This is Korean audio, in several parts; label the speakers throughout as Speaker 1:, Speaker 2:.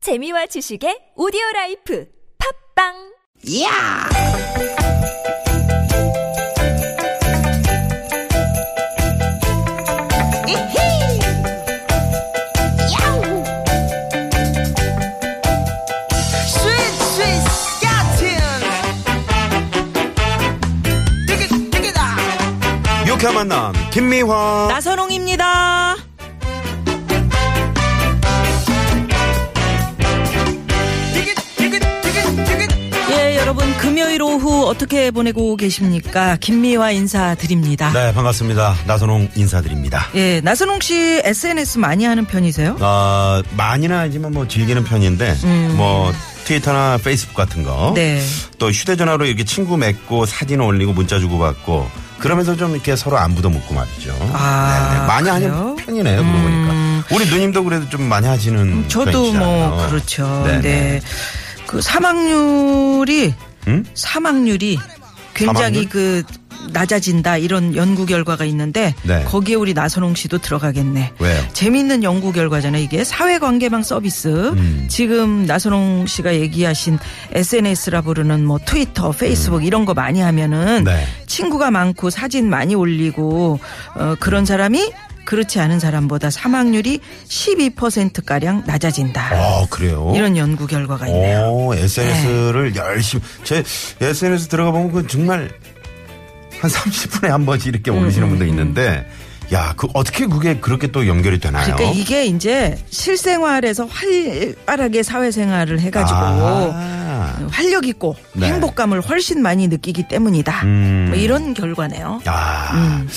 Speaker 1: 재미와 지식의 오디오 라이프 팝빵
Speaker 2: 야! 이히! 야우! 스윗 스윗 스카틴! 띠기 띠기다!
Speaker 3: 유쾌한 만남 김미화
Speaker 4: 나선홍입니다.
Speaker 2: 띠기 띠기 띠기 띠기
Speaker 4: 예, 여러분 금요일 오후 어떻게 보내고 계십니까? 김미화 인사드립니다.
Speaker 3: 네 반갑습니다 나선홍 인사드립니다
Speaker 4: 예, 나선홍 씨 SNS 많이 하는 편이세요?
Speaker 3: 어, 많이는 아니지만 뭐 즐기는 편인데 뭐 트위터나 페이스북 같은 거
Speaker 4: 음. 네.
Speaker 3: 또 휴대전화로 이렇게 친구 맺고 사진 올리고 문자 주고받고 그러면서 좀 이렇게 서로 안부도 묻고 말이죠
Speaker 4: 아,
Speaker 3: 네, 네. 많이
Speaker 4: 그래요? 음.
Speaker 3: 하는 편이네요 그러고 보니까 우리 누님도 그래도 좀 많이 하시는
Speaker 4: 저도
Speaker 3: 편이시잖아요.
Speaker 4: 뭐 그렇죠.
Speaker 3: 네,
Speaker 4: 네.
Speaker 3: 네.
Speaker 4: 그 사망률이
Speaker 3: 음?
Speaker 4: 사망률이 굉장히
Speaker 3: 사망률?
Speaker 4: 그 낮아진다 이런 연구 결과가 있는데
Speaker 3: 네.
Speaker 4: 거기에 우리 나선홍 씨도 들어가겠네.
Speaker 3: 왜요?
Speaker 4: 재미있는 연구 결과잖아요. 이게 사회관계망 서비스.
Speaker 3: 음.
Speaker 4: 지금 나선홍 씨가 얘기하신 SNS라 부르는 뭐 트위터, 페이스북 이런 거 많이 하면은
Speaker 3: 음. 네.
Speaker 4: 친구가 많고 사진 많이 올리고 어, 그런 사람이 그렇지 않은 사람보다 사망률이 12% 가량 낮아진다.
Speaker 3: 어 그래요
Speaker 4: 네. 이런 연구 결과가 있네요. 네.
Speaker 3: 오, SNS를 열심히 제 SNS 들어가 보면 그 정말 한 30분에 한 번씩 이렇게 올리시는
Speaker 4: 음.
Speaker 3: 분도 있는데 야, 그 어떻게 그게 그렇게 또 연결이 되나요?
Speaker 4: 그러니까 이게 이제 실생활에서 활발하게 사회생활을 해가지고
Speaker 3: 아.
Speaker 4: 활력 있고
Speaker 3: 네.
Speaker 4: 행복감을 훨씬 많이 느끼기 때문이다.
Speaker 3: 음.
Speaker 4: 뭐 이런 결과네요.
Speaker 3: 야.
Speaker 4: 음.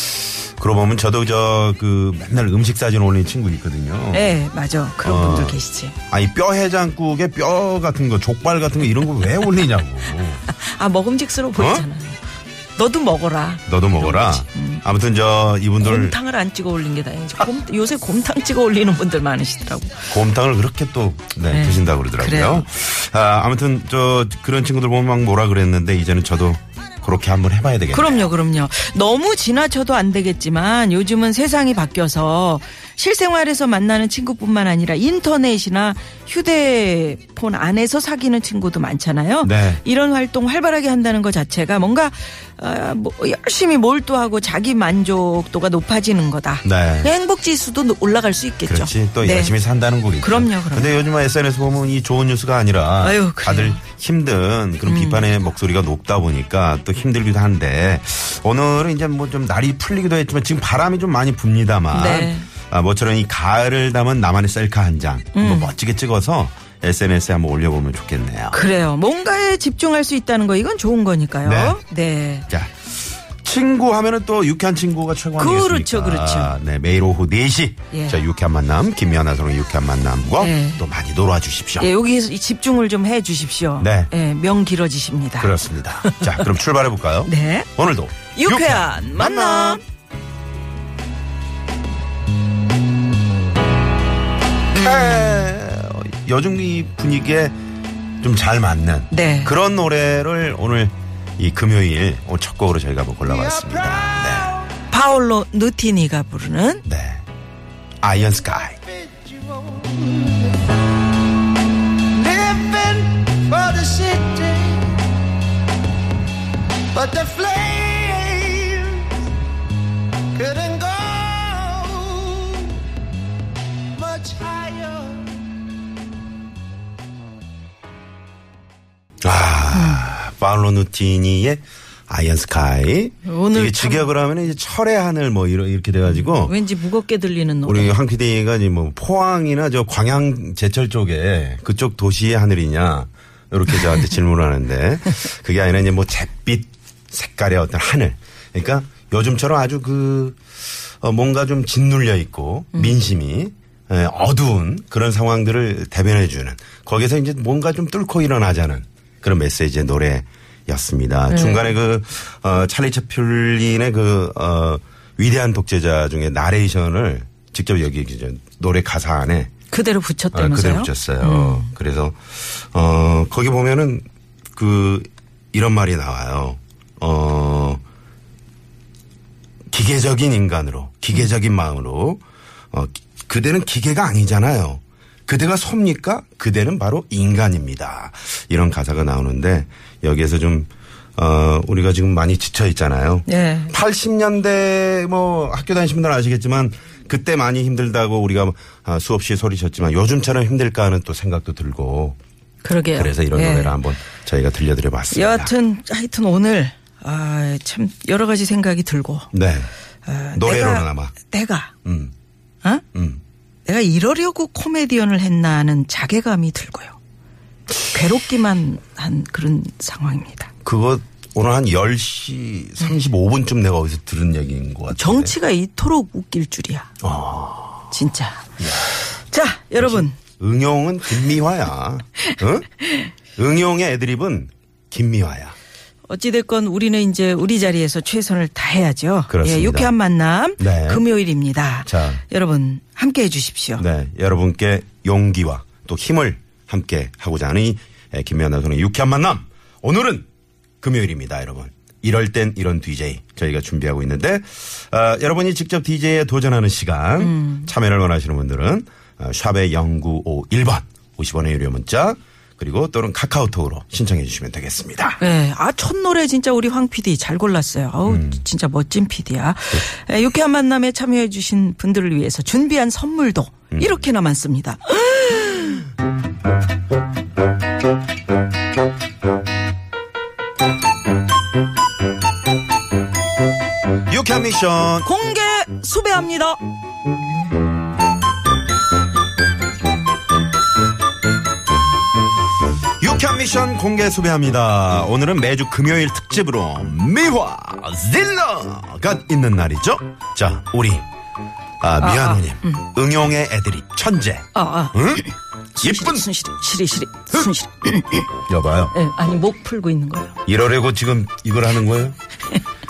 Speaker 3: 그러고 보면 저도 저 그 맨날 음식 사진 올리는 친구 있거든요.
Speaker 4: 네, 맞아. 그런
Speaker 3: 어.
Speaker 4: 분들 계시지.
Speaker 3: 아니 뼈 해장국에 뼈 같은 거, 족발 같은 거 이런 거 왜 올리냐고.
Speaker 4: 아,
Speaker 3: 어?
Speaker 4: 먹음직스러워 보이잖아. 너도 먹어라.
Speaker 3: 너도 먹어라. 아무튼 저 이분들
Speaker 4: 음. 곰탕을 안 찍어 올린 게 다행이지. 곰, 요새 곰탕 찍어 올리는 분들 많으시더라고.
Speaker 3: 곰탕을 그렇게 또 네,
Speaker 4: 네.
Speaker 3: 드신다고 그러더라고요.
Speaker 4: 그래요.
Speaker 3: 아, 아무튼 저 그런 친구들 보면 막 뭐라 그랬는데 이제는 저도 그렇게 한번 해봐야 되겠네요.
Speaker 4: 그럼요, 그럼요. 너무 지나쳐도 안 되겠지만 요즘은 세상이 바뀌어서 실생활에서 만나는 친구뿐만 아니라 인터넷이나 휴대폰 안에서 사귀는 친구도 많잖아요.
Speaker 3: 네.
Speaker 4: 이런 활동 활발하게 한다는 것 자체가 뭔가 아, 뭐 열심히 몰두하고 자기 만족도가 높아지는 거다.
Speaker 3: 네.
Speaker 4: 행복 지수도 올라갈 수 있겠죠.
Speaker 3: 그렇지 또
Speaker 4: 네.
Speaker 3: 열심히 산다는 거겠죠.
Speaker 4: 그럼요, 그럼요.
Speaker 3: 근데 요즘 SNS 보면 이 좋은 뉴스가 아니라
Speaker 4: 아유, 그래요. 음.
Speaker 3: 다들 힘든 그런 비판의 목소리가 높다 보니까 또 힘들기도 한데 오늘은 이제 뭐 좀 날이 풀리기도 했지만 지금 바람이 좀 많이 붑니다만
Speaker 4: 네.
Speaker 3: 아, 모처럼 이 가을을 담은 나만의 셀카 한 장
Speaker 4: 음.
Speaker 3: 한번 멋지게 찍어서 SNS에 한번 올려보면 좋겠네요.
Speaker 4: 그래요. 뭔가에 집중할 수 있다는 거 이건 좋은 거니까요.
Speaker 3: 네.
Speaker 4: 네.
Speaker 3: 자, 친구 하면은 또 유쾌한 친구가 최고 아니겠습니까?
Speaker 4: 그렇죠, 그렇죠.
Speaker 3: 네, 매일 오후 4시.
Speaker 4: 예.
Speaker 3: 자, 유쾌한 만남, 김연아 선생 유쾌한 만남과
Speaker 4: 예.
Speaker 3: 또 많이 놀아 주십시오.
Speaker 4: 예, 여기에서 이 집중을 좀 해 주십시오.
Speaker 3: 네.
Speaker 4: 예, 명 길어지십니다.
Speaker 3: 그렇습니다. 자, 그럼 출발해 볼까요?
Speaker 4: 네.
Speaker 3: 오늘도
Speaker 4: 유쾌한 만남.
Speaker 3: 에, 네, 요즘 이 분위기에 좀 잘 맞는
Speaker 4: 네.
Speaker 3: 그런 노래를 오늘 이 금요일 오늘 첫 곡으로 저희가 한번 골라봤습니다.
Speaker 4: 파올로 누티니가 부르는
Speaker 3: 네. 네. 아이언 스카이.
Speaker 2: Living for the city But the flames couldn't go much higher
Speaker 3: 아, 파울로 누티니의 아이언 스카이.
Speaker 4: 오늘
Speaker 3: 이게
Speaker 4: 참- 네.
Speaker 3: 직역을 하면 이제 철의 하늘 뭐 이러- 이렇게 돼가지고
Speaker 4: 왠지 무겁게 들리는 노래.
Speaker 3: 우리 황 PD가 이제 뭐 포항이나 저 광양 제철 쪽에 그쪽 도시의 하늘이냐 이렇게 저한테 질문을 하는데 그게 아니라 이제 뭐 잿빛 색깔의 어떤 하늘. 그러니까 요즘처럼 아주 그 어, 뭔가 좀 짓눌려 있고 민심이 에, 어두운 그런 상황들을 대변해 주는 거기서 이제 뭔가 좀 뚫고 일어나자는 그런 메시지의 노래였습니다. 중간에 그 어, 찰리 채플린의 그 어, 위대한 독재자 중에 나레이션을 직접 여기 이제 노래 가사 안에
Speaker 4: 그대로
Speaker 3: 아,
Speaker 4: 붙였다면서요? 음.
Speaker 3: 그대로 붙였어요. 그래서 어 거기 보면은 그 이런 말이 나와요. 어
Speaker 4: 음.
Speaker 3: 기계적인 인간으로 기계적인 마음으로 어 기- 그대는 기계가 아니잖아요. 그대가 섭니까? 그대는 바로 인간입니다. 이런 가사가 나오는데 여기에서 좀 어, 우리가 지금 많이 지쳐 있잖아요.
Speaker 4: 예.
Speaker 3: 80년대 뭐 학교 다니신 분들은 아시겠지만 그때 많이 힘들다고 우리가 아, 수없이 소리쳤지만 요즘처럼 힘들까 하는 또 생각도 들고
Speaker 4: 그러게요.
Speaker 3: 그래서 이런
Speaker 4: 예.
Speaker 3: 노래를 한번 저희가 들려드려 봤습니다.
Speaker 4: 여하튼 하여튼 오늘 아 참 여러 가지 생각이 들고
Speaker 3: 네.
Speaker 4: 아,
Speaker 3: 노래로나마.
Speaker 4: 내가
Speaker 3: 음.
Speaker 4: 내가, 어?
Speaker 3: 음.
Speaker 4: 내가 이러려고 코미디언을 했나 하는 자괴감이 들고요. 괴롭기만 한 그런 상황입니다.
Speaker 3: 그거 오늘 한 10시 35분쯤 내가 어디서 들은 얘기인 것 아, 같아요. 네.
Speaker 4: 정치가 이토록 웃길 줄이야. 진짜.
Speaker 3: 네.
Speaker 4: 자, 여러분.
Speaker 3: 응용은 김미화야. 응? 응용의 애드립은 김미화야.
Speaker 4: 어찌됐건 우리는 이제 우리 자리에서 최선을 다해야죠.
Speaker 3: 그렇습니다.
Speaker 4: 예, 유쾌한 만남.
Speaker 3: 네.
Speaker 4: 금요일입니다.
Speaker 3: 자.
Speaker 4: 여러분, 함께 해주십시오.
Speaker 3: 네. 여러분께 용기와 또 힘을 함께 하고자 하는 이 에, 김미화 나선의 유쾌한 만남. 오늘은 금요일입니다, 여러분. 이럴 땐 이런 DJ 저희가 준비하고 있는데 아, 여러분이 직접 DJ에 도전하는 시간 참여를 원하시는 분들은 어, 샵의 0951번 50원의 유료 문자 그리고 또는 카카오톡으로 신청해 주시면 되겠습니다.
Speaker 4: 네, 아, 첫 노래 진짜 우리 황 PD 잘 골랐어요. 아우,
Speaker 3: 음.
Speaker 4: 진짜 멋진 PD야.
Speaker 3: 네.
Speaker 4: 예, 유쾌한 만남에 참여해주신 분들을 위해서 준비한 선물도
Speaker 3: 음.
Speaker 4: 이렇게나 많습니다.
Speaker 3: 유쾌한 미션
Speaker 4: 공개 수배합니다.
Speaker 3: 유쾌한 미션 공개 수배합니다. 오늘은 매주 금요일 특집으로 미화 질러가 있는 날이죠. 자, 우리 아, 미아노님 응용의 애들이 천재.
Speaker 4: 아, 아.
Speaker 3: 응? 예쁜
Speaker 4: 순실이, 시리, 시리, 순실이.
Speaker 3: 여봐요.
Speaker 4: 예, 아니, 목 풀고 있는 거예요.
Speaker 3: 이러려고 지금 이걸 하는 거예요?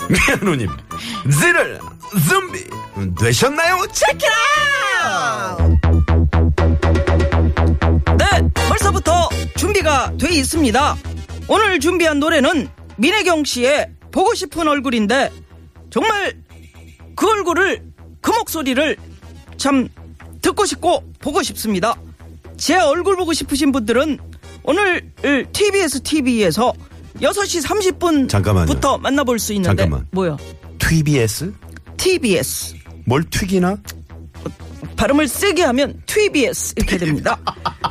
Speaker 3: 미아노님 질러 좀비 되셨나요? 체키라.
Speaker 4: 네, 벌써부터 준비가 돼 있습니다. 오늘 준비한 노래는 민혜경 씨의 보고 싶은 얼굴인데 정말 그 얼굴을 그 목소리를 참 듣고 싶고 보고 싶습니다. 제 얼굴 보고 싶으신 분들은 오늘 TBS TV에서 6시 30분부터
Speaker 3: 잠깐만요.
Speaker 4: 만나볼 수 있는데
Speaker 3: 잠깐만.
Speaker 4: 뭐요?
Speaker 3: TBS
Speaker 4: TBS
Speaker 3: 뭘 튀기나?
Speaker 4: 발음을 세게 하면 TBS 이렇게 됩니다.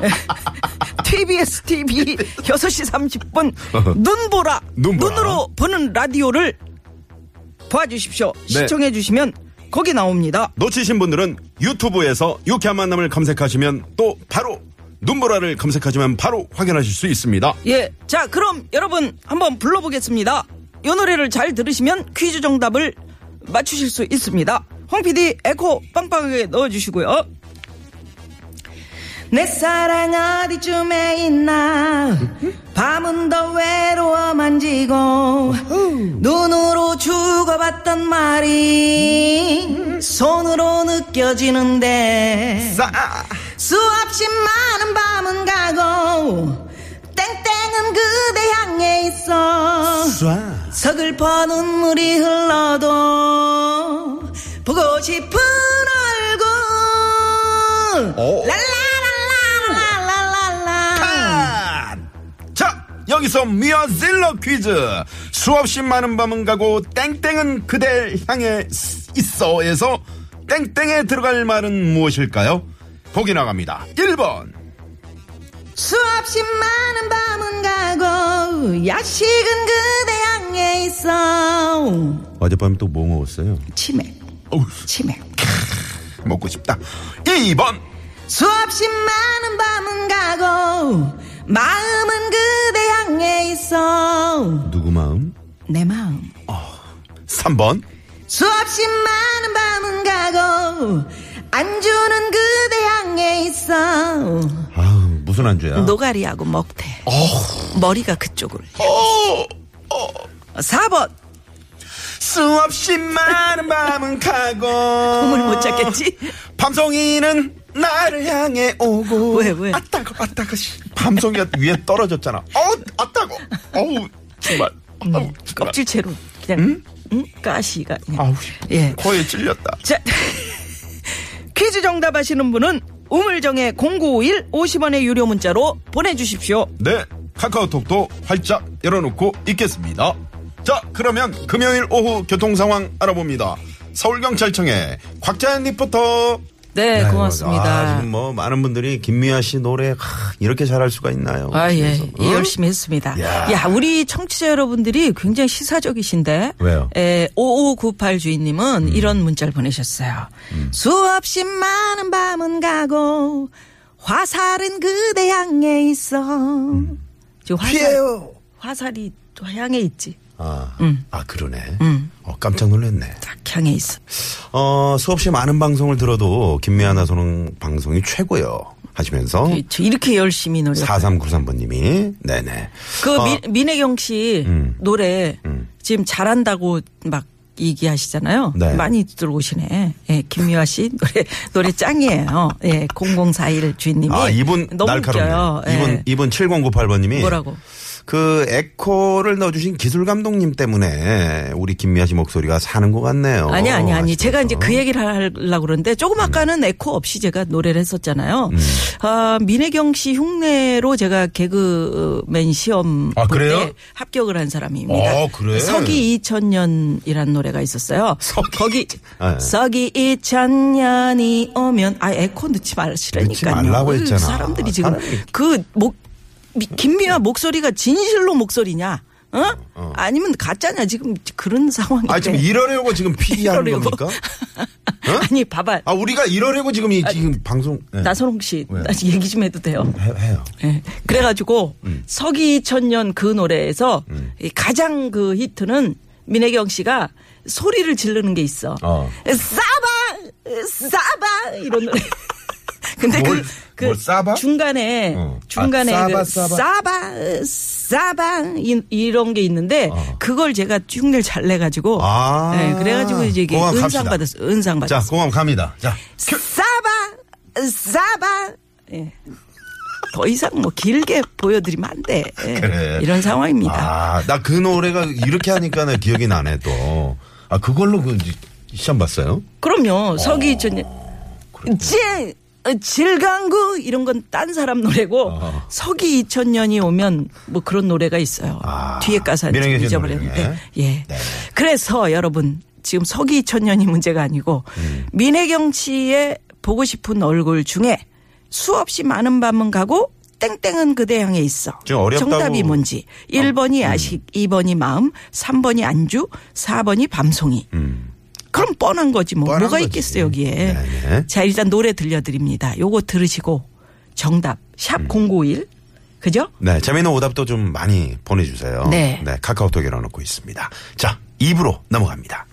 Speaker 4: TBS TV 6시 30분 눈보라,
Speaker 3: 눈보라.
Speaker 4: 눈으로 보는 라디오를 봐주십시오.
Speaker 3: 네.
Speaker 4: 시청해 주시면 거기 나옵니다.
Speaker 3: 놓치신 분들은 유튜브에서 유쾌한 만남을 검색하시면 또 바로 눈보라를 검색하시면 바로 확인하실 수 있습니다.
Speaker 4: 예, 자 그럼 여러분 한번 불러보겠습니다. 이 노래를 잘 들으시면 퀴즈 정답을 맞추실 수 있습니다. 홍 PD 에코 빵빵하게 넣어주시고요. 내 사랑 어디쯤에 있나 밤은 더 외로워 만지고 눈으로 주고받던 말이 손으로 느껴지는데 수없이 많은 밤은 가고 땡땡은 그대 향해 있어 서글퍼 눈물이 흘러도 보고 싶은
Speaker 3: 오.
Speaker 4: 얼굴 랄라랄라랄라랄라
Speaker 3: 자, 여기서 미어질러 퀴즈. 수없이 많은 밤은 가고 땡땡은 그댈 향해 있어에서 땡땡에 들어갈 말은 무엇일까요? 보기 나갑니다. 1번,
Speaker 4: 수없이 많은 밤은 가고 야식은 그대 향해 있어
Speaker 3: 어젯밤에 또 뭐 먹었어요?
Speaker 4: 치맥 치맥
Speaker 3: 먹고 싶다. 2번,
Speaker 4: 수없이 많은 밤은 가고 마음은 그대 향해 있어
Speaker 3: 누구 마음?
Speaker 4: 내 마음
Speaker 3: 3번,
Speaker 4: 수없이 많은 밤은 가고 안주는 그대 향해 있어
Speaker 3: 아 무슨 안주야?
Speaker 4: 노가리하고 먹태 머리가 그쪽으로 어, 4번
Speaker 3: 수없이 많은 밤은 가고
Speaker 4: 꿈을 못 찾겠지?
Speaker 3: 아. 밤송이는 나를 향해 오고
Speaker 4: 왜, 왜?
Speaker 3: 아따고 아따고 씨. 밤송이가 위에 떨어졌잖아 어우 아따고 어우 정말 어우 정말
Speaker 4: 음, 껍질채로 그냥 응? 가시가 그냥
Speaker 3: 그러니까. 아우
Speaker 4: 예.
Speaker 3: 코에 찔렸다
Speaker 4: 자, 퀴즈 정답하시는 분은 우물정의 0951 50원의 유료 문자로 보내주십시오.
Speaker 5: 네, 카카오톡도 활짝 열어놓고 있겠습니다. 자, 그러면 금요일 오후 교통 상황 알아봅니다. 서울경찰청의 곽자연 리포터.
Speaker 4: 네,
Speaker 3: 아이고, 아,
Speaker 4: 고맙습니다.
Speaker 3: 지금 뭐 많은 분들이 김미아 씨 노래 하, 이렇게 잘할 수가 있나요?
Speaker 4: 아, 예.
Speaker 3: 그래서, 어?
Speaker 4: 예,
Speaker 3: 응?
Speaker 4: 열심히 했습니다.
Speaker 3: 야.
Speaker 4: 야. 우리 청취자 여러분들이 굉장히 시사적이신데.
Speaker 3: 왜요? 음.
Speaker 4: 에, 5598 주인님은 이런 문자를 보내셨어요. 수없이 많은 밤은 가고, 화살은 그대 향해 있어.
Speaker 3: 음.
Speaker 4: 저 화살, 화살이 또 향해 있지.
Speaker 3: 아,
Speaker 4: 음.
Speaker 3: 아 그러네. 어, 깜짝 놀랐네.
Speaker 4: 딱 향해 있어.
Speaker 3: 어, 수없이 많은 방송을 들어도 김미아 나선홍 방송이 최고요. 하시면서
Speaker 4: 이- 저 이렇게 열심히 노력.
Speaker 3: 4393번님이 네네.
Speaker 4: 그
Speaker 3: 어,
Speaker 4: 민, 민혜경 씨
Speaker 3: 음.
Speaker 4: 노래
Speaker 3: 음.
Speaker 4: 지금 잘한다고 막 얘기하시잖아요.
Speaker 3: 네.
Speaker 4: 많이 들어오시네. 예, 김유아 씨 노래 노래 짱이에요. 예, 0041 주인님이
Speaker 3: 아 이분
Speaker 4: 너무
Speaker 3: 날카롭네.
Speaker 4: 웃겨요. 예.
Speaker 3: 이분 이분 7098번님이
Speaker 4: 뭐라고?
Speaker 3: 그 에코를 넣어주신 기술 감독님 때문에 우리 김미아 씨 목소리가 사는 것 같네요.
Speaker 4: 아니 아니 아니 제가 이제
Speaker 3: 하시면서.
Speaker 4: 그 얘기를 하려고 그러는데 조금 아까는 에코 없이 제가 노래를 했었잖아요. 아, 민혜경 씨 흉내로 제가 개그맨 시험
Speaker 5: 아,
Speaker 4: 볼
Speaker 5: 그래요?
Speaker 4: 때 합격을 한 사람입니다.
Speaker 5: 아, 그래?
Speaker 4: 서기 2000년이라는 노래가 있었어요. 거기
Speaker 3: 아, 예.
Speaker 4: 서기 2000년이 오면 아 에코 넣지 말라시라니까요.
Speaker 3: 넣지 말라고
Speaker 4: 그
Speaker 3: 했잖아.
Speaker 4: 사람들이 지금
Speaker 3: 사람이.
Speaker 4: 그목 김미화 목소리가 진실로 목소리냐? 어? 아니면 가짜냐 지금 그런 상황인데.
Speaker 3: 아 지금 이러려고 지금 PD 하는
Speaker 4: 네. 이러려고.
Speaker 3: 겁니까?
Speaker 4: 아니 봐봐
Speaker 3: 아 우리가 이러려고 지금 이 지금 방송 네.
Speaker 4: 아, 나선홍 씨
Speaker 3: 왜요?
Speaker 4: 다시 얘기 좀 해도 돼요.
Speaker 3: 해, 해요.
Speaker 4: 예. 그래가지고
Speaker 3: 음.
Speaker 4: 서기 2000년 그 노래에서 이 가장 그 히트는 민혜경 씨가 소리를 지르는 게 있어.
Speaker 3: 어.
Speaker 4: 싸바 싸바 이런 노래. 근데
Speaker 3: 뭘,
Speaker 4: 그, 그
Speaker 3: 뭘 싸바?
Speaker 4: 중간에
Speaker 3: 어.
Speaker 4: 중간에
Speaker 3: 아,
Speaker 4: 그
Speaker 3: 싸바,
Speaker 4: 싸바 싸바 이, 이런 게 있는데 그걸 제가 흉내를 잘 내가지고
Speaker 3: 어. 아.
Speaker 4: 예, 그래가지고 이제 이게
Speaker 3: 공항
Speaker 4: 은상
Speaker 3: 갑시다.
Speaker 4: 받았어 은상
Speaker 3: 자
Speaker 4: 받았어
Speaker 3: 공항 갑니다. 자
Speaker 4: 싸바 싸바 예. 더 이상 뭐 길게 보여드리면 안 돼. 예.
Speaker 3: 그래.
Speaker 4: 이런 상황입니다.
Speaker 3: 아, 나 그 노래가 이렇게 하니까 나 기억이 나네 또. 아, 그걸로 그 이제 시험 봤어요? 그렇죠.
Speaker 4: 그럼요. 서기 전 지, 질강구 이런 건 딴 사람 노래고
Speaker 3: 어.
Speaker 4: 서기 2000년이 오면 뭐 그런 노래가 있어요.
Speaker 3: 아,
Speaker 4: 뒤에 가사는 좀
Speaker 3: 민영애 씨
Speaker 4: 잊어버렸는데.
Speaker 3: 노래 중에? 네.
Speaker 4: 예. 그래서 여러분 지금 서기 2000년이 문제가 아니고
Speaker 3: 음.
Speaker 4: 민혜경 씨의 보고 싶은 얼굴 중에 수없이 많은 밤은 가고 땡땡은 그대 향해 있어.
Speaker 3: 좀 어렵다고. 어, 음.
Speaker 4: 정답이 뭔지. 1번이 야식, 2번이 마음, 3번이 안주, 4번이 밤송이. 그럼 뻔한 거지 뭐
Speaker 3: 뻔한
Speaker 4: 뭐가
Speaker 3: 거지.
Speaker 4: 있겠어요 여기에
Speaker 3: 네네.
Speaker 4: 자 일단 노래 들려드립니다 요거 들으시고 정답 샵
Speaker 3: 음.
Speaker 4: 0951 그죠
Speaker 3: 네, 재미있는 오답도 좀 많이 보내주세요.
Speaker 4: 네.
Speaker 3: 카카오톡에 넣어놓고 있습니다. 자, 입으로 넘어갑니다.